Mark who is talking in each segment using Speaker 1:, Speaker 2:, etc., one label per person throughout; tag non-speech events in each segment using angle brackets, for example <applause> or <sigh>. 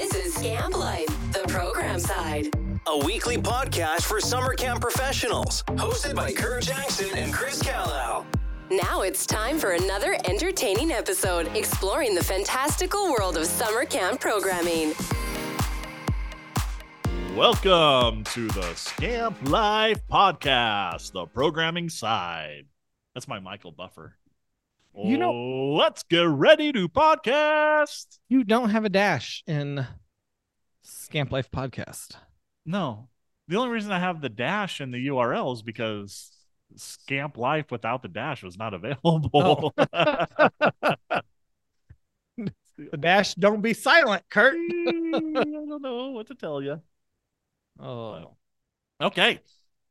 Speaker 1: Scamp Life, the program side.
Speaker 2: A weekly podcast for summer camp professionals, hosted by Kurt Jackson and Chris Callow.
Speaker 1: Now it's time for another entertaining episode exploring the fantastical world of summer camp programming.
Speaker 3: Welcome to the Scamp Live Podcast, the programming side. That's my Michael Buffer.
Speaker 4: You know-
Speaker 3: Oh, let's get ready to podcast.
Speaker 4: You don't have a dash in Scamp Life podcast.
Speaker 3: No, the only reason I have the dash in the URL is because Scamp Life without the dash was not <laughs> available.
Speaker 4: The dash don't be silent, Kurt.
Speaker 3: I don't know what to tell you.
Speaker 4: Oh,
Speaker 3: Okay,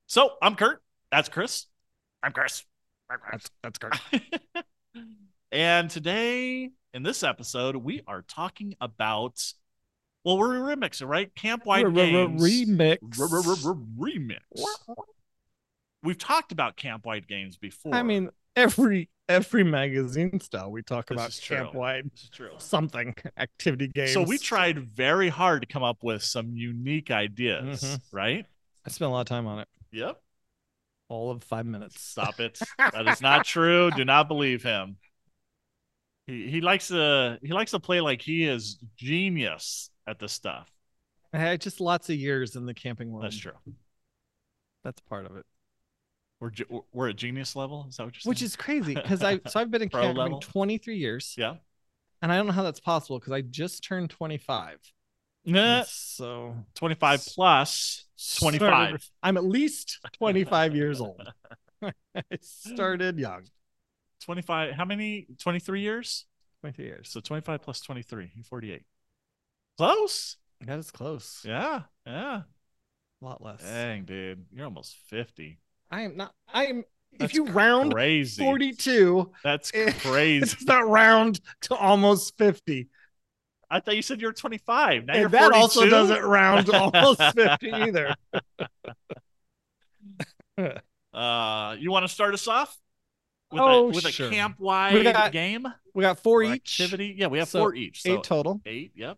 Speaker 3: so I'm Kurt. That's Chris. I'm Chris. I'm Chris.
Speaker 4: that's that's Kurt.
Speaker 3: <laughs> and today in this episode, we are talking about well, we're remixing, right? Campwide games.
Speaker 4: Remix.
Speaker 3: Remix. We've talked about campwide games before.
Speaker 4: I mean, every every magazine style we talk
Speaker 3: This
Speaker 4: about
Speaker 3: is true.
Speaker 4: camp wide
Speaker 3: it's true.
Speaker 4: something activity games.
Speaker 3: So we tried very hard to come up with some unique ideas,
Speaker 4: Mhm.
Speaker 3: right?
Speaker 4: I spent a lot of time on it.
Speaker 3: Yep.
Speaker 4: All of five minutes. <laughs>
Speaker 3: Stop it. that is not true. Do not believe him. He he likes to he likes to play like he is genius at this stuff.
Speaker 4: I had just lots of years in the camping world.
Speaker 3: That's true.
Speaker 4: That's part of it.
Speaker 3: We're ge- we're at genius level. Is that what you're saying?
Speaker 4: Which is
Speaker 3: <laughs>
Speaker 4: crazy because I so I've been in
Speaker 3: Pro level?
Speaker 4: camping 23 years.
Speaker 3: yeah.
Speaker 4: And I don't know how that's possible because I just turned 25.
Speaker 3: Nah,
Speaker 4: So
Speaker 3: 25 plus 25.
Speaker 4: Uh, started- <laughs> I'm at least 25 years <laughs> old. I started young,
Speaker 3: 25 how many 23 years?
Speaker 4: 23 years.
Speaker 3: So 25 plus 23, you're 48. Close?
Speaker 4: That is close.
Speaker 3: Yeah. Yeah.
Speaker 4: A lot less.
Speaker 3: Dang, dude. You're almost 50.
Speaker 4: I am not. I am.
Speaker 3: That's
Speaker 4: if you round
Speaker 3: Crazy.
Speaker 4: 42, <laughs>
Speaker 3: That's
Speaker 4: It-
Speaker 3: crazy.
Speaker 4: it's not round to almost 50.
Speaker 3: I thought you said you were 25. Now you're
Speaker 4: And that
Speaker 3: 42?
Speaker 4: also doesn't round <laughs> to almost 50 either.
Speaker 3: Uh, you want to start us off with
Speaker 4: Oh,
Speaker 3: a with
Speaker 4: sure.
Speaker 3: a camp wide
Speaker 4: We got
Speaker 3: game
Speaker 4: We got four
Speaker 3: or
Speaker 4: each,
Speaker 3: activity? Yeah, we have
Speaker 4: So,
Speaker 3: four each. So
Speaker 4: eight total.
Speaker 3: eight. Yep.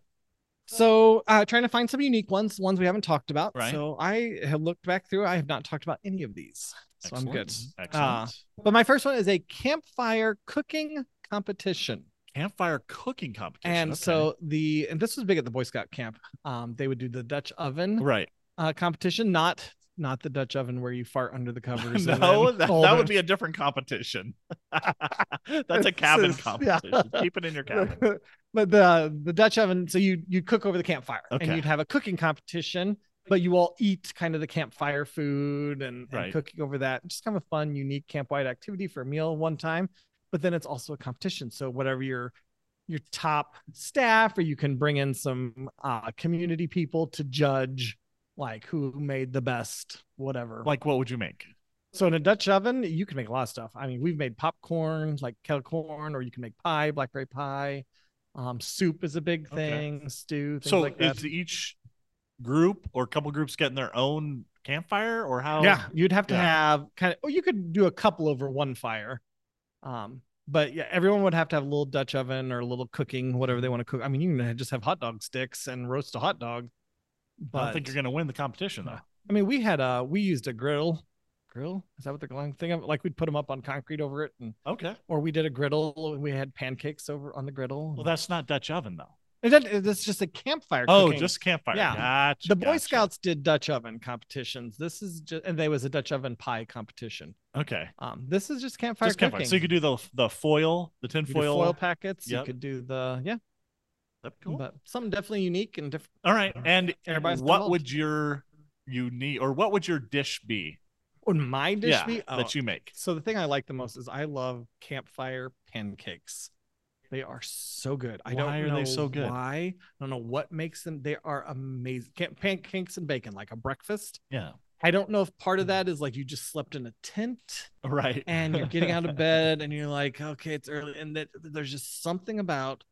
Speaker 4: So, uh, trying to find some unique ones, ones we haven't talked about.
Speaker 3: Right.
Speaker 4: So, I have looked back through. I have not talked about any of these. So, I'm good.
Speaker 3: Excellent.
Speaker 4: Uh,
Speaker 3: Excellent.
Speaker 4: But my first one is a campfire cooking competition.
Speaker 3: Campfire cooking competition.
Speaker 4: and
Speaker 3: okay.
Speaker 4: so the and this was big at the boy scout camp um they would do the dutch
Speaker 3: <laughs>
Speaker 4: oven
Speaker 3: right.
Speaker 4: uh competition not not the dutch oven where you fart under
Speaker 3: <laughs>
Speaker 4: the covers <laughs> and
Speaker 3: No,
Speaker 4: then
Speaker 3: that,
Speaker 4: hold
Speaker 3: that
Speaker 4: it.
Speaker 3: would be a different competition. <laughs> That's a
Speaker 4: This
Speaker 3: cabin
Speaker 4: is- yeah.
Speaker 3: competition. Keep it in
Speaker 4: <laughs>
Speaker 3: your cabin.
Speaker 4: but the the dutch oven so you you cook over the campfire
Speaker 3: Okay.
Speaker 4: and you'd have a cooking competition but you all eat kind of the campfire food and, and
Speaker 3: Right.
Speaker 4: cooking over that just kind of a fun unique campwide activity for a meal one time but then it's also a competition so whatever your your top staff or you can bring in some uh community people to judge like who made the best whatever
Speaker 3: Like, what would you make?
Speaker 4: so in a Dutch oven, you can make a lot of stuff. I mean, we've made popcorn, like kettle corn, or you can make pie, blackberry pie. Um, soup is a big
Speaker 3: Okay.
Speaker 4: thing, stew, things
Speaker 3: So,
Speaker 4: like that.
Speaker 3: is each group or couple groups getting their own campfire, or how?
Speaker 4: yeah, you'd have to
Speaker 3: yeah.
Speaker 4: have kind of, or you could do a couple over one fire. Um, but yeah, everyone would have to have a little Dutch oven or a little cooking, whatever they want to cook. I mean, you can just have hot dog sticks and roast a hot dog. But
Speaker 3: I don't think you're going to win the competition though.
Speaker 4: I mean, we had a we used a grill. Grill is that what the long thing of? Like we'd put them up on concrete over it and
Speaker 3: Okay.
Speaker 4: or we did a griddle and we had pancakes over on the griddle.
Speaker 3: Well, that's not Dutch oven though.
Speaker 4: It doesn't- it's just a campfire.
Speaker 3: Oh,
Speaker 4: cooking.
Speaker 3: just campfire.
Speaker 4: Yeah.
Speaker 3: Gotcha,
Speaker 4: the Boy
Speaker 3: gotcha.
Speaker 4: Scouts did Dutch oven competitions. This is just, and there was a Dutch oven pie competition.
Speaker 3: Okay.
Speaker 4: Um, this is just campfire
Speaker 3: just campfire.
Speaker 4: cooking.
Speaker 3: So you could do the the foil, the tin
Speaker 4: You could do
Speaker 3: foil.
Speaker 4: foil packets.
Speaker 3: Yep.
Speaker 4: You could do the yeah,
Speaker 3: That'd be cool.
Speaker 4: but something definitely unique and different.
Speaker 3: All right. And
Speaker 4: Everybody's
Speaker 3: what
Speaker 4: involved.
Speaker 3: would your unique or what would your dish be?
Speaker 4: Would my dish
Speaker 3: yeah,
Speaker 4: be? Oh,
Speaker 3: that you make.
Speaker 4: so the thing I like the most is I love campfire pancakes. They are so good. I don't
Speaker 3: Why are
Speaker 4: know
Speaker 3: they so good?
Speaker 4: Why? I don't know what makes them. They are amazing. Camp- pancakes and bacon, like a breakfast.
Speaker 3: Yeah.
Speaker 4: I don't know if
Speaker 3: Hmm.
Speaker 4: part of that is like you just slept in a tent
Speaker 3: Right.
Speaker 4: and you're
Speaker 3: <laughs>
Speaker 4: getting out of bed and you're like, okay, it's early. And that there's just something about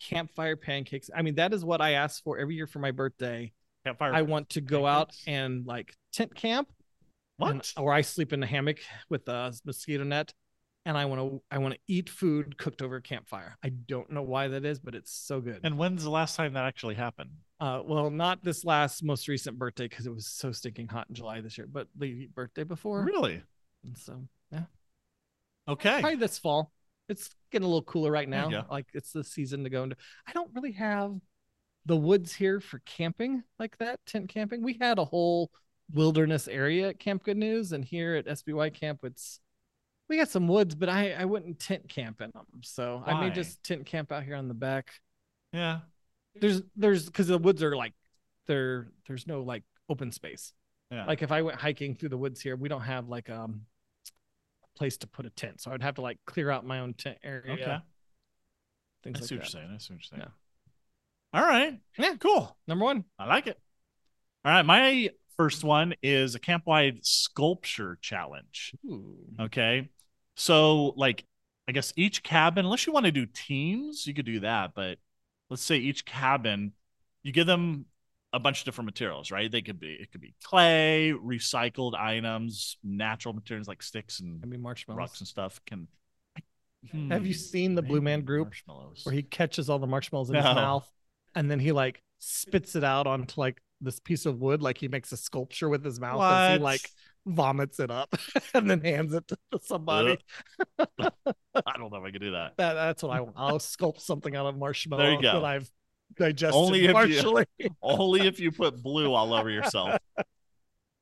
Speaker 4: campfire pancakes. I mean, that is what I ask for every year for my birthday.
Speaker 3: campfire.
Speaker 4: I want to go out
Speaker 3: pancakes?
Speaker 4: and like tent camp
Speaker 3: what?
Speaker 4: and- or I sleep in a hammock with a mosquito net and I want to I want to eat food cooked over a campfire. I don't know why that is, but it's so good.
Speaker 3: And when's the last time that actually happened?
Speaker 4: Uh, well, not this last most recent birthday because it was so stinking hot in July this year, but the birthday before.
Speaker 3: Really?
Speaker 4: And so yeah,
Speaker 3: Okay.
Speaker 4: probably this fall. It's getting a little cooler right
Speaker 3: There
Speaker 4: now.
Speaker 3: you go.
Speaker 4: Like it's the season to go into. I don't really have the woods here for camping like that. Tent camping. We had a whole wilderness area at Camp Good News, and here at SBY Camp, it's we got some woods, but I I wouldn't tent camp in them. So I
Speaker 3: Why?
Speaker 4: may just tent camp out here on the back
Speaker 3: Yeah.
Speaker 4: there's there's because the woods are like there there's no like open space
Speaker 3: Yeah.
Speaker 4: like if i went hiking through the woods here we don't have like um a place to put a tent so i'd have to like clear out my own tent area
Speaker 3: Okay.
Speaker 4: things
Speaker 3: I
Speaker 4: like
Speaker 3: see what
Speaker 4: that.
Speaker 3: you're saying. I see what you're saying.
Speaker 4: Yeah.
Speaker 3: All right.
Speaker 4: yeah cool number one
Speaker 3: I like it. All right. My first one is a campwide sculpture challenge. Uh, Okay. So, like, I guess each cabin, unless you want to do teams, you could do that. But let's say each cabin, you give them a bunch of different materials, right? They could be, it could be clay, recycled items, natural materials like sticks and
Speaker 4: i mean marshmallows
Speaker 3: rocks and stuff. Can I-
Speaker 4: have you
Speaker 3: hmm,
Speaker 4: seen the blue
Speaker 3: maybe
Speaker 4: man group
Speaker 3: marshmallows.
Speaker 4: where he catches all the marshmallows in
Speaker 3: No.
Speaker 4: his mouth and then he like spits it out onto like this piece of wood like he makes a sculpture with his mouth as he
Speaker 3: What?
Speaker 4: like vomits it up <laughs> and then hands it to somebody
Speaker 3: Ugh. <laughs> I
Speaker 4: <laughs>
Speaker 3: don't know if I could do that.
Speaker 4: That, that's what I want. I'll sculpt something out of marshmallow
Speaker 3: There you go.
Speaker 4: that I've digested
Speaker 3: Only if you-
Speaker 4: partially.
Speaker 3: only if you put blue all over yourself.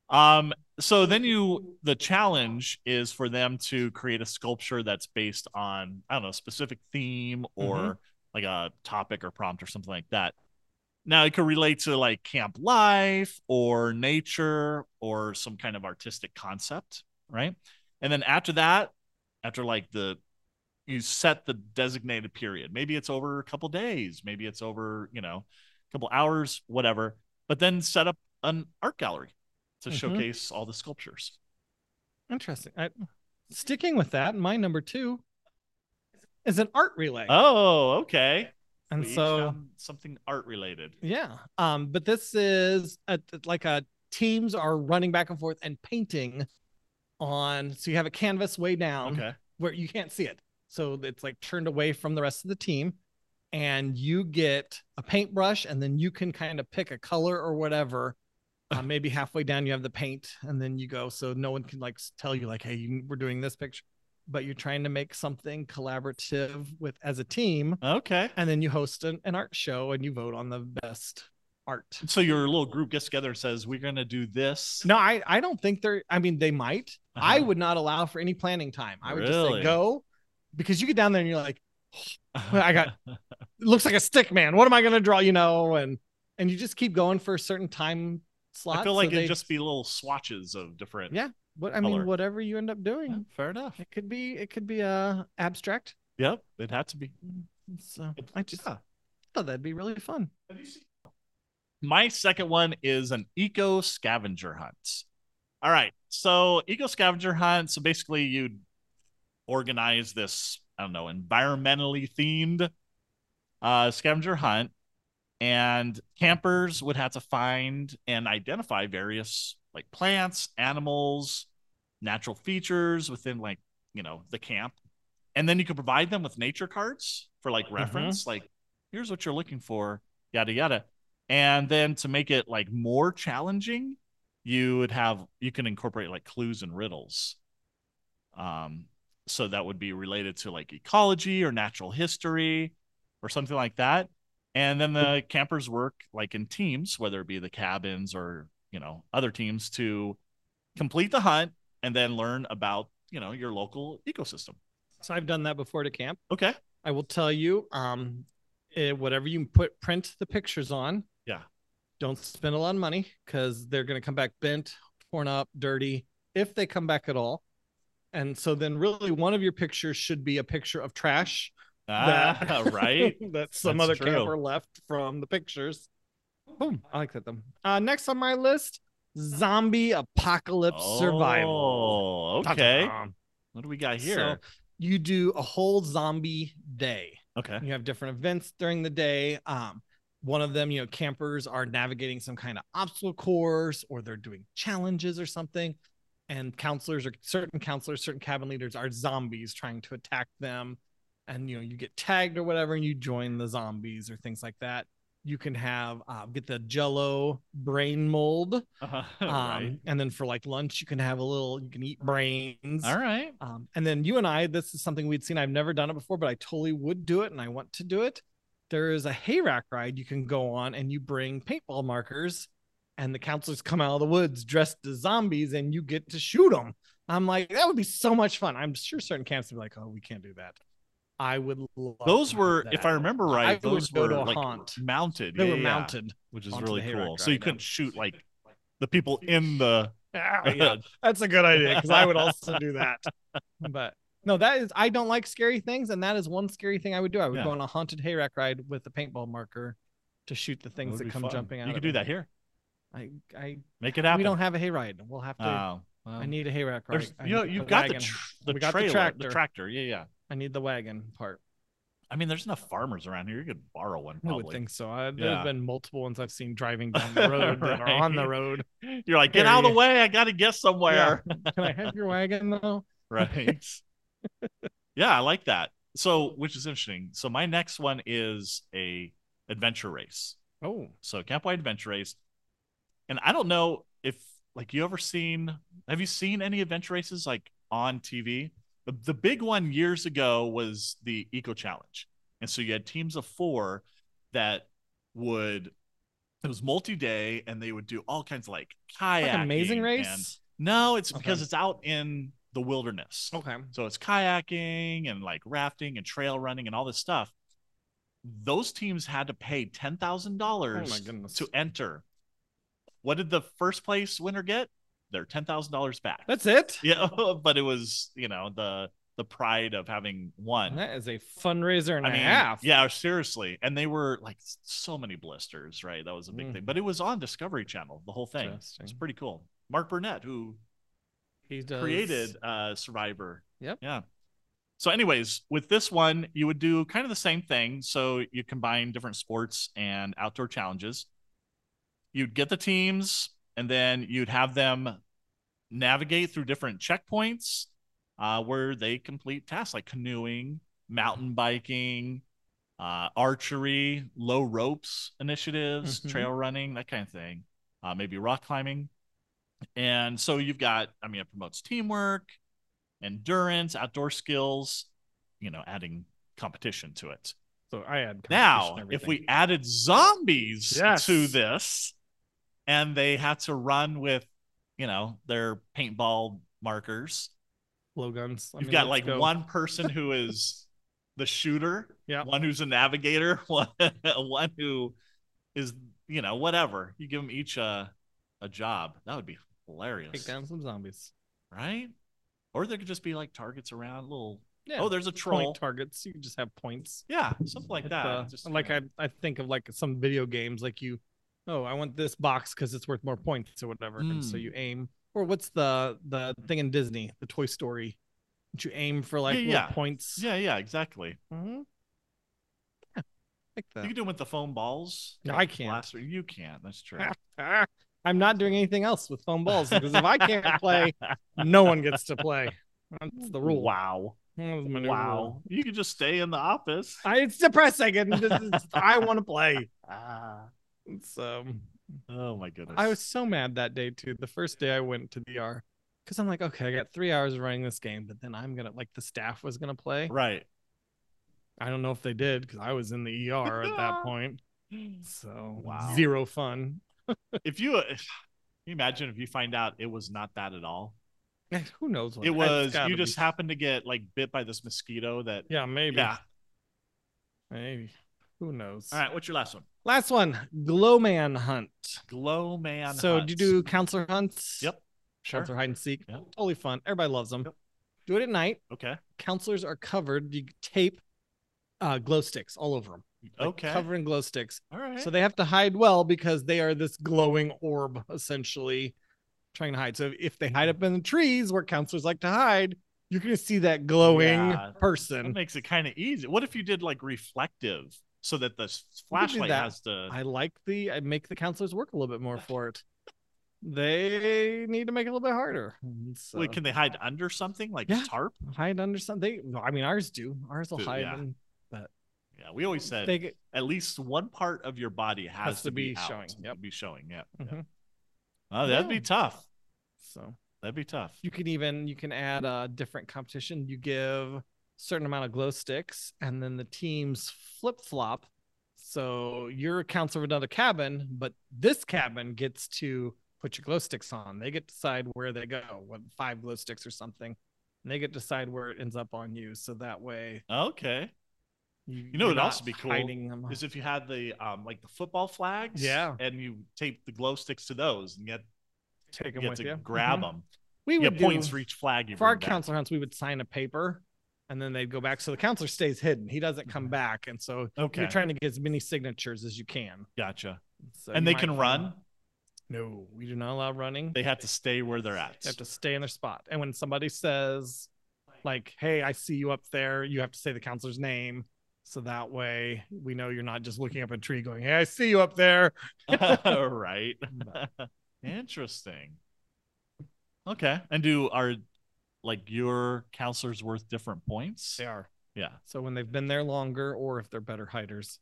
Speaker 3: Um, so then you the challenge is for them to create a sculpture that's based on I don't know a specific theme or like a topic or prompt or something like that. Now it could relate to like camp life or nature or some kind of artistic concept, right? And then after that, after like the you set the designated period. Maybe it's over a couple days, maybe it's over, you know, couple hours, whatever, but then set up an art gallery to
Speaker 4: Mhm.
Speaker 3: showcase all the sculptures.
Speaker 4: Interesting. I, sticking with that, my number two is an art relay.
Speaker 3: Oh, okay.
Speaker 4: and
Speaker 3: We each
Speaker 4: so,
Speaker 3: found something art related.
Speaker 4: yeah. Um, but this is a, like a teams are running back and forth and painting on. So you have a canvas way down.
Speaker 3: Okay.
Speaker 4: where you can't see it. So it's like turned away from the rest of the team. And you get a paintbrush, and then you can kind of pick a color or <sighs> whatever. Uh, maybe halfway down, you have the paint, and then you go. So no one can like s- tell you, like, hey, you, we're doing this picture, but you're trying to make something collaborative with as a team.
Speaker 3: Okay.
Speaker 4: And then you host an, an art show and you vote on the best art.
Speaker 3: So your little group gets together and says, We're gonna do this.
Speaker 4: No, I, I don't think they're, I mean, they might, I would not allow for any planning time. I would just
Speaker 3: Uh-huh. Really?
Speaker 4: say go because you get down there and you're like,
Speaker 3: Uh-huh.
Speaker 4: <laughs>
Speaker 3: <laughs>
Speaker 4: I got- it looks like a stick man. What am I going to draw? You know, and and you just keep going for a certain time slot.
Speaker 3: I feel
Speaker 4: so
Speaker 3: like it'd
Speaker 4: they-
Speaker 3: just be little swatches of different
Speaker 4: Yeah, what I
Speaker 3: color.
Speaker 4: mean, whatever you end up doing,
Speaker 3: Yeah, fair enough.
Speaker 4: it could be it could be uh abstract.
Speaker 3: Yep, it had to be.
Speaker 4: Mm-hmm. So I just thought that'd be really fun.
Speaker 3: My second one is an eco scavenger hunt. All right. So, eco scavenger hunt. So, basically, you'd organize this, I don't know, environmentally themed uh, scavenger hunt, and campers would have to find and identify various like plants, animals, natural features within like, you know, the camp. And then you could provide them with nature cards for like reference, like, here's what you're looking for, yada, yada. And then to make it like more challenging, you would have you can incorporate like clues and riddles. Um, so that would be related to like ecology or natural history or something like that. And then the campers work like in teams, whether it be the cabins or you know other teams to complete the hunt and then learn about you know your local ecosystem.
Speaker 4: So I've done that before to camp.
Speaker 3: Okay.
Speaker 4: I will tell you, um, eh, whatever you put print the pictures on.
Speaker 3: Yeah.
Speaker 4: Don't spend a lot of money because they're going to come back bent, torn up, dirty, if they come back at all. And so then, really, one of your pictures should be a picture of trash that-
Speaker 3: Ah, <laughs> right.
Speaker 4: <laughs> that some
Speaker 3: That's
Speaker 4: other
Speaker 3: true.
Speaker 4: camper left from the pictures. Boom. I like that. Them. Uh, next on my list, zombie apocalypse survival.
Speaker 3: Oh, okay.
Speaker 4: Dun-dun-dun.
Speaker 3: What do we got
Speaker 4: So,
Speaker 3: here?
Speaker 4: you do a whole zombie day.
Speaker 3: okay. <laughs>
Speaker 4: You have different events during the day. Um, one of them, you know, campers are navigating some kind of obstacle course or they're doing challenges or something. and counselors or certain counselors, certain cabin leaders are zombies trying to attack them. And you know, you get tagged or whatever, and you join the zombies or things like that. You can have uh, get the Jello brain
Speaker 3: <laughs>
Speaker 4: mold,
Speaker 3: Uh-huh.
Speaker 4: um,
Speaker 3: right.
Speaker 4: and then for like lunch, you can have a little. You can eat brains.
Speaker 3: All right.
Speaker 4: Um, and then you and I, this is something we'd seen. I've never done it before, but I totally would do it, and I want to do it. There is a hay rack ride you can go on, and you bring paintball markers, and the counselors come out of the woods dressed as zombies, and you get to shoot them. I'm like, that would be so much fun. I'm sure certain camps would be like, oh, we can't do that. I would love.
Speaker 3: Those
Speaker 4: to
Speaker 3: were,
Speaker 4: have
Speaker 3: if
Speaker 4: that.
Speaker 3: I remember right,
Speaker 4: would
Speaker 3: those
Speaker 4: go
Speaker 3: were
Speaker 4: to a
Speaker 3: like
Speaker 4: haunt.
Speaker 3: mounted.
Speaker 4: They
Speaker 3: Yeah,
Speaker 4: were
Speaker 3: yeah, yeah.
Speaker 4: mounted.
Speaker 3: which is
Speaker 4: onto the
Speaker 3: really
Speaker 4: hayrack
Speaker 3: cool. So
Speaker 4: ride,
Speaker 3: you
Speaker 4: yeah.
Speaker 3: couldn't shoot
Speaker 4: <laughs>
Speaker 3: like the people in the. <laughs>
Speaker 4: Ah, yeah, that's a good idea because I would also do that. But no, that is I don't like scary things, and that is one scary thing I would do. I would go
Speaker 3: Yeah.
Speaker 4: on a haunted hayrack ride with a paintball marker to shoot the things
Speaker 3: would
Speaker 4: that
Speaker 3: be
Speaker 4: come
Speaker 3: fun.
Speaker 4: jumping out.
Speaker 3: You
Speaker 4: of
Speaker 3: could do
Speaker 4: it.
Speaker 3: that here.
Speaker 4: I, I
Speaker 3: Make it happen.
Speaker 4: we don't have a hayride. We'll have to.
Speaker 3: Oh, well,
Speaker 4: I need a hayrack ride.
Speaker 3: there's-
Speaker 4: I
Speaker 3: you know,
Speaker 4: need
Speaker 3: you've got the,
Speaker 4: wagon.
Speaker 3: tr- the
Speaker 4: We got the
Speaker 3: trailer,
Speaker 4: tractor.
Speaker 3: Yeah, yeah.
Speaker 4: I need the wagon part.
Speaker 3: I mean, there's enough farmers around here. You could borrow one
Speaker 4: I
Speaker 3: probably.
Speaker 4: would think so. I,
Speaker 3: Yeah.
Speaker 4: There's been multiple ones I've seen driving
Speaker 3: <laughs>
Speaker 4: down the road that are on the
Speaker 3: Right.
Speaker 4: road.
Speaker 3: <laughs> You're like, get out of
Speaker 4: Very-
Speaker 3: the way. I got to get somewhere.
Speaker 4: Can I have your wagon though?
Speaker 3: <laughs> Right. yeah, I like that. So, which is interesting. So, my next one is a adventure race.
Speaker 4: Oh,
Speaker 3: So, Campwide Adventure Race. And I don't know if like you ever seen have you seen any adventure races like on TV? The, the big one years ago was the Eco Challenge. And so you had teams of 4 that would it was multi-day and they would do all kinds of like kayak
Speaker 4: like
Speaker 3: <laughs>
Speaker 4: amazing race.
Speaker 3: no, it's
Speaker 4: Okay.
Speaker 3: because it's out in the wilderness.
Speaker 4: okay.
Speaker 3: So it's kayaking and like rafting and trail running and all this stuff. Those teams had to pay ten thousand dollars
Speaker 4: Oh goodness.
Speaker 3: to enter. What did the first place winner get? Their ten thousand dollars back.
Speaker 4: That's it.
Speaker 3: <laughs> yeah, but it was you know the the pride of having won.
Speaker 4: That is a fundraiser and
Speaker 3: I
Speaker 4: a
Speaker 3: mean,
Speaker 4: half.
Speaker 3: yeah, seriously, and they were like s- so many blisters, right? That was a big
Speaker 4: Mm.
Speaker 3: thing, but it was on Discovery Channel the whole thing. It's
Speaker 4: Interesting.
Speaker 3: pretty cool. Mark Burnett, who
Speaker 4: He does.
Speaker 3: created uh survivor
Speaker 4: Yep.
Speaker 3: yeah so anyways with this one you would do kind of the same thing so you combine different sports and outdoor challenges you'd get the teams and then you'd have them navigate through different checkpoints uh, where they complete tasks like canoeing mountain biking uh, archery low ropes initiatives
Speaker 4: Mhm.
Speaker 3: trail running that kind of thing uh, maybe rock climbing and so you've got i mean it promotes teamwork endurance outdoor skills you know adding competition to it
Speaker 4: So I had
Speaker 3: now,
Speaker 4: competition,
Speaker 3: if we
Speaker 4: everything.
Speaker 3: added zombies
Speaker 4: Yes.
Speaker 3: to this and they had to run with, you know, their paintball markers,
Speaker 4: blow guns, I
Speaker 3: you've
Speaker 4: mean,
Speaker 3: got like
Speaker 4: let's go. <laughs>
Speaker 3: one person who is the shooter,
Speaker 4: Yeah.
Speaker 3: one who's a navigator, <laughs> one, one who is, you know, whatever. You give them each a, a job. That would be hilarious.
Speaker 4: take down some zombies.
Speaker 3: Right? Or there could just be like targets around, little,
Speaker 4: Yeah.
Speaker 3: oh, there's a troll.
Speaker 4: Point targets. You can just have points.
Speaker 3: yeah, something like
Speaker 4: Hit
Speaker 3: that.
Speaker 4: the-
Speaker 3: Just,
Speaker 4: uh, like
Speaker 3: you know.
Speaker 4: I, I think of like some video games, like you, oh, I want this box because it's worth more points or whatever. And so
Speaker 3: Mm.
Speaker 4: you aim. Or what's the the thing in Disney, the Toy Story? That you aim for like
Speaker 3: Yeah,
Speaker 4: little
Speaker 3: yeah.
Speaker 4: points.
Speaker 3: Yeah, yeah, exactly.
Speaker 4: Mhm. Yeah. Like that.
Speaker 3: You can do it with the foam balls.
Speaker 4: No,
Speaker 3: like
Speaker 4: I can't.
Speaker 3: Blaster. You can't. That's true.
Speaker 4: Ah, <laughs> I'm not doing anything else with foam balls because if I can't play, no one gets to play. That's the rule.
Speaker 3: Wow.
Speaker 4: That was my new rule.
Speaker 3: Wow. You could just stay in the office.
Speaker 4: I, it's depressing, and this is, I want to play.
Speaker 3: Ah.
Speaker 4: So
Speaker 3: Oh my goodness.
Speaker 4: I was so mad that day too. The first day I went to the R, because I'm like, okay, I got three hours of running this game, but then I'm gonna like the staff was gonna play.
Speaker 3: right.
Speaker 4: I don't know if they did because I was in the ER
Speaker 3: <laughs>
Speaker 4: at that point. So
Speaker 3: Wow.
Speaker 4: zero fun.
Speaker 3: If you <sighs> if, can you imagine if you find out it was not that at all.
Speaker 4: Eh, Who knows? what-
Speaker 3: It
Speaker 4: it's
Speaker 3: was
Speaker 4: gotta
Speaker 3: you
Speaker 4: be-
Speaker 3: just happened to get like bit by this mosquito that
Speaker 4: Yeah, maybe.
Speaker 3: Yeah.
Speaker 4: Maybe. Who knows?
Speaker 3: All right, what's your last one?
Speaker 4: Last one, Glowman Hunt.
Speaker 3: Glow man.
Speaker 4: so
Speaker 3: hunts.
Speaker 4: do you do counselor hunts?
Speaker 3: Yep. Sure.
Speaker 4: Counselor hide and seek.
Speaker 3: Yeah.
Speaker 4: Totally fun. Everybody loves them.
Speaker 3: Yep.
Speaker 4: Do it at night.
Speaker 3: Okay.
Speaker 4: Counselors are covered. You tape uh, glow sticks all over them.
Speaker 3: Okay.
Speaker 4: Covered in glow sticks.
Speaker 3: all right.
Speaker 4: So they have to hide well because they are this glowing orb essentially trying to hide. So if they hide up in the trees where counselors like to hide, you're going to see that glowing
Speaker 3: Yeah. that
Speaker 4: person.
Speaker 3: makes it kind of easy. What if you did like reflective so that the s-
Speaker 4: We could do
Speaker 3: flashlight
Speaker 4: that.
Speaker 3: has to
Speaker 4: I like the I make the counselors work a little bit more for it. they need to make it a little bit harder. And Mm-hmm. So
Speaker 3: Wait, can they hide under something like
Speaker 4: Yeah.
Speaker 3: a tarp?
Speaker 4: hide under something. They, I mean, ours do. Ours will
Speaker 3: Do-
Speaker 4: hide.
Speaker 3: yeah.
Speaker 4: in-
Speaker 3: Yeah, we always said
Speaker 4: They, get-
Speaker 3: at least one part of your body has,
Speaker 4: to be
Speaker 3: out,
Speaker 4: showing, yep.
Speaker 3: Be showing. Yeah. yeah.
Speaker 4: Mhm.
Speaker 3: Oh, that'd
Speaker 4: Yeah.
Speaker 3: be tough.
Speaker 4: so
Speaker 3: That'd be tough.
Speaker 4: you can even you can add a different competition. You give certain amount of glow sticks, and then the teams flip flop. So your accounts of another cabin, but this cabin gets to put your glow sticks on. They get to decide where they go, what five glow sticks or something. And they get to decide where it ends up on you. So that way,
Speaker 3: Okay.
Speaker 4: you,
Speaker 3: know
Speaker 4: you're
Speaker 3: what'd
Speaker 4: not
Speaker 3: also be cool
Speaker 4: hiding them.
Speaker 3: Is if you had the um like the football flags.
Speaker 4: Yeah.
Speaker 3: And you tape the glow sticks to those and get
Speaker 4: Take
Speaker 3: you
Speaker 4: 'em
Speaker 3: get
Speaker 4: with
Speaker 3: to
Speaker 4: you.
Speaker 3: grab
Speaker 4: Mhm.
Speaker 3: them.
Speaker 4: We
Speaker 3: You
Speaker 4: would
Speaker 3: get points
Speaker 4: do-
Speaker 3: for each flag you
Speaker 4: for our
Speaker 3: bring back.
Speaker 4: counselor hunts, we would sign a paper and then they'd go back. So the counselor stays hidden. He doesn't
Speaker 3: Mm-hmm.
Speaker 4: come back. And so
Speaker 3: Okay.
Speaker 4: you're trying to get as many signatures as you can.
Speaker 3: gotcha.
Speaker 4: So
Speaker 3: and
Speaker 4: you
Speaker 3: they
Speaker 4: might
Speaker 3: can
Speaker 4: find-
Speaker 3: run.
Speaker 4: No, we do not allow running. <laughs> They
Speaker 3: They have to stay where they're at.
Speaker 4: have to stay in their spot. And when somebody says, like, hey, I see you up there, you have to say the counselor's name. So that way we know you're not just looking up a tree going, hey, I see you up there.
Speaker 3: All <laughs>
Speaker 4: <laughs>
Speaker 3: right.
Speaker 4: Mm,
Speaker 3: <laughs> Interesting. Okay. And do are like your counselors worth different points?
Speaker 4: They are.
Speaker 3: Yeah.
Speaker 4: So when they've been there longer or if they're better hiders,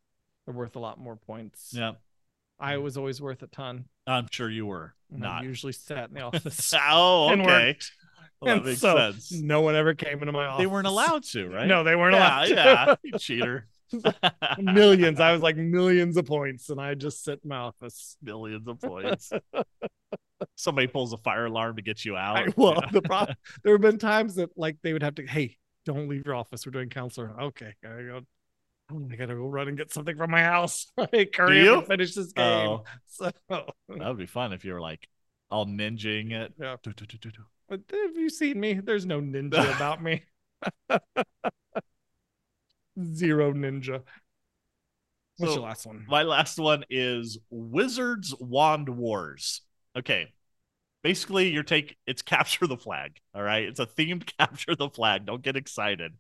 Speaker 4: they're worth a lot more points.
Speaker 3: Yeah.
Speaker 4: I was always worth a ton.
Speaker 3: I'm sure you were
Speaker 4: and I
Speaker 3: not.
Speaker 4: usually sat in the office.
Speaker 3: <laughs> Oh,
Speaker 4: and
Speaker 3: okay. Well, that
Speaker 4: And
Speaker 3: makes
Speaker 4: so
Speaker 3: sense.
Speaker 4: No one ever came into my office.
Speaker 3: They
Speaker 4: <laughs>
Speaker 3: weren't allowed to, right?
Speaker 4: No, they weren't
Speaker 3: yeah,
Speaker 4: allowed.
Speaker 3: yeah. <laughs> You cheater.
Speaker 4: millions. I was like millions of points, and I just sit in my office.
Speaker 3: Millions of points. <laughs> Somebody pulls a fire alarm to get you out.
Speaker 4: I, well, the problem, there have been times that like they would have to, hey, don't leave your office. We're doing counselor. Okay, I gotta go. I gotta go run and get something from my house. <laughs> Hey, hurry up
Speaker 3: you?
Speaker 4: and finish this game.
Speaker 3: Oh,
Speaker 4: So,
Speaker 3: that would be fun if you were like all ninjing it.
Speaker 4: Yeah.
Speaker 3: Do, do, do, do, do.
Speaker 4: but have you seen me? There's
Speaker 3: <laughs>
Speaker 4: no ninja about me. <laughs> Zero ninja. What's
Speaker 3: So-
Speaker 4: your last one?
Speaker 3: My last one is Wizards Wand Wars. Okay. Basically, your take it's capture the flag. All right. It's a themed <laughs> capture the flag. Don't get excited.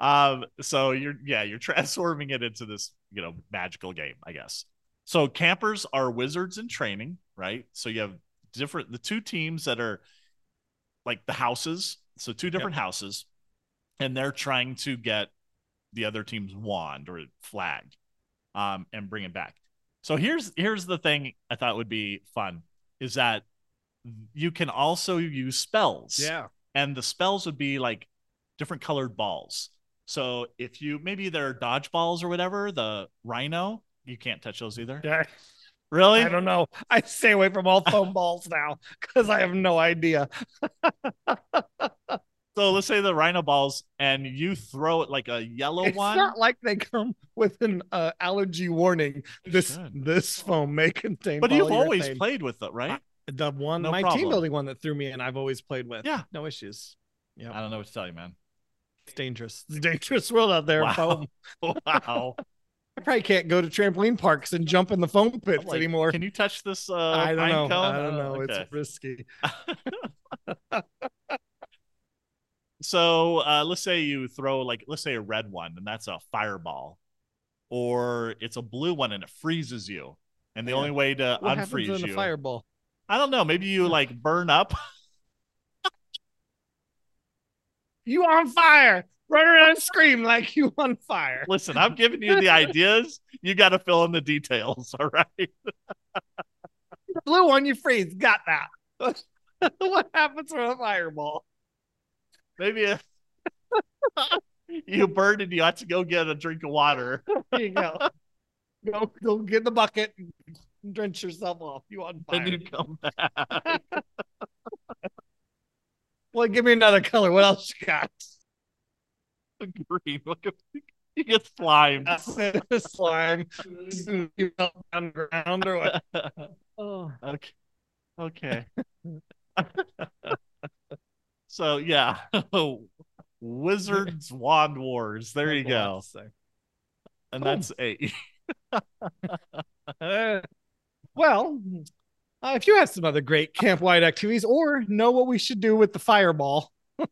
Speaker 3: Um, so you're yeah, you're transforming it into this, you know, magical game, I guess. So campers are wizards in training, right? So you have different the two teams that are like the houses, so two different houses, and they're trying to get the other team's wand or flag um, and bring it back. So here's here's the thing I thought would be fun is that you can also use spells.
Speaker 4: Yeah.
Speaker 3: And the spells would be like different colored balls. So if you maybe there are dodgeballs or whatever, the rhino, you can't touch those either.
Speaker 4: Yeah.
Speaker 3: Really?
Speaker 4: I don't know. I stay away from all foam balls now because I have no idea.
Speaker 3: So let's say the rhino balls and you throw it like a yellow
Speaker 4: <laughs> it's
Speaker 3: one.
Speaker 4: not like they come with an uh, allergy warning. This
Speaker 3: should.
Speaker 4: this foam may contain.
Speaker 3: but you've
Speaker 4: polyurethane.
Speaker 3: always played with it, right?
Speaker 4: the one
Speaker 3: No
Speaker 4: my
Speaker 3: problem.
Speaker 4: team building one that threw me in. I've always played with.
Speaker 3: Yeah.
Speaker 4: no issues.
Speaker 3: I don't know what to tell you,
Speaker 4: <laughs>
Speaker 3: man. <laughs>
Speaker 4: It's dangerous. It's a dangerous world out there.
Speaker 3: Wow.
Speaker 4: Foam.
Speaker 3: Wow.
Speaker 4: I probably can't go to trampoline parks and jump in the foam pits
Speaker 3: I'm like,
Speaker 4: anymore.
Speaker 3: Can you touch this uh
Speaker 4: I
Speaker 3: pine
Speaker 4: don't know.
Speaker 3: cone? Uh,
Speaker 4: I don't know.
Speaker 3: Okay.
Speaker 4: It's risky.
Speaker 3: so uh, let's say you throw like let's say a red one and that's a fireball or it's a blue one and it freezes you and the
Speaker 4: Yeah.
Speaker 3: only way to
Speaker 4: What happens
Speaker 3: unfreeze
Speaker 4: in
Speaker 3: you
Speaker 4: a fireball?
Speaker 3: i don't know maybe
Speaker 4: <laughs>
Speaker 3: you like burn up <laughs>
Speaker 4: You on fire? Run around and scream like you on fire.
Speaker 3: listen i'm giving you
Speaker 4: <laughs>
Speaker 3: the ideas you got to fill in the details <laughs> all right
Speaker 4: blue one you freeze got that <laughs> what happens with a fireball
Speaker 3: maybe a- <laughs> you burn and you have to go get a drink of water
Speaker 4: there you go go go get in the bucket and drench yourself off you on fire
Speaker 3: and you come back
Speaker 4: well give me another color what else you got <laughs>
Speaker 3: <laughs> green you get slimed
Speaker 4: slime you melt on the ground or what
Speaker 3: <laughs>
Speaker 4: oh
Speaker 3: Okay.
Speaker 4: <laughs>
Speaker 3: Okay. so yeah, <laughs> Wizards Wand Wars. There you go, and that's <laughs> eight.
Speaker 4: Uh, well, uh, if you have some other great camp-wide activities or know what we should do with the fireball, <laughs>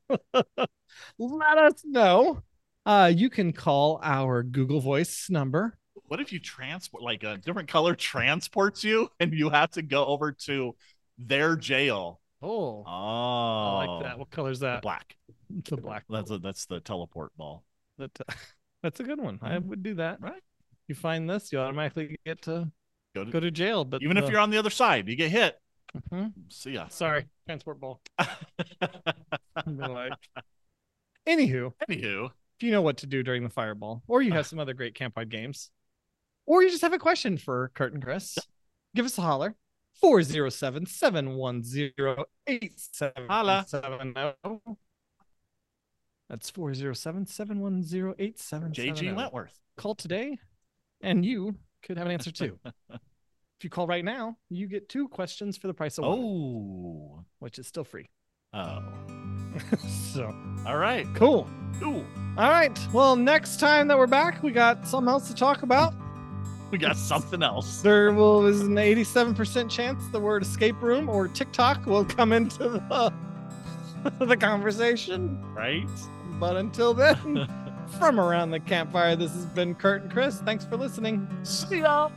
Speaker 4: let us know. Uh, you can call our Google Voice number.
Speaker 3: What if you transport like a different color transports you, and you have to go over to their jail.
Speaker 4: Oh,
Speaker 3: Oh,
Speaker 4: I like that. What color's that?
Speaker 3: Black.
Speaker 4: The black.
Speaker 3: That's a, that's the teleport ball.
Speaker 4: That, uh, <laughs> that's a good one. I
Speaker 3: Mhm.
Speaker 4: would do that.
Speaker 3: Right.
Speaker 4: You find this, you automatically get to
Speaker 3: Go to,
Speaker 4: go to jail. But
Speaker 3: even if you're on the other side, you get hit.
Speaker 4: <laughs> Mhm.
Speaker 3: See ya. <laughs>
Speaker 4: sorry, transport ball. I'm gonna like. Anywho,
Speaker 3: Anywho,
Speaker 4: if you know what to do during the fireball,
Speaker 3: <sighs>
Speaker 4: or you have some other great campfire games, or you just have a question for Kurt and Chris, give us a holler. 407 710 8770. That's 407 710
Speaker 3: JG
Speaker 4: 8770.
Speaker 3: Wentworth.
Speaker 4: Call today and you could have an answer <laughs> too. if you call right now, you get two questions for the price of one,
Speaker 3: Oh.
Speaker 4: which is still free.
Speaker 3: Oh.
Speaker 4: <laughs> So
Speaker 3: All right.
Speaker 4: cool.
Speaker 3: Ooh.
Speaker 4: All right. Well, next time that we're back, we got something else to talk about.
Speaker 3: We got something else.
Speaker 4: There will is an 87% chance the word escape room or TikTok will come into the, <laughs> the conversation.
Speaker 3: <laughs> Right?
Speaker 4: But until <laughs> then, from around the campfire, this has been Kurt and Chris. Thanks for listening.
Speaker 3: See ya.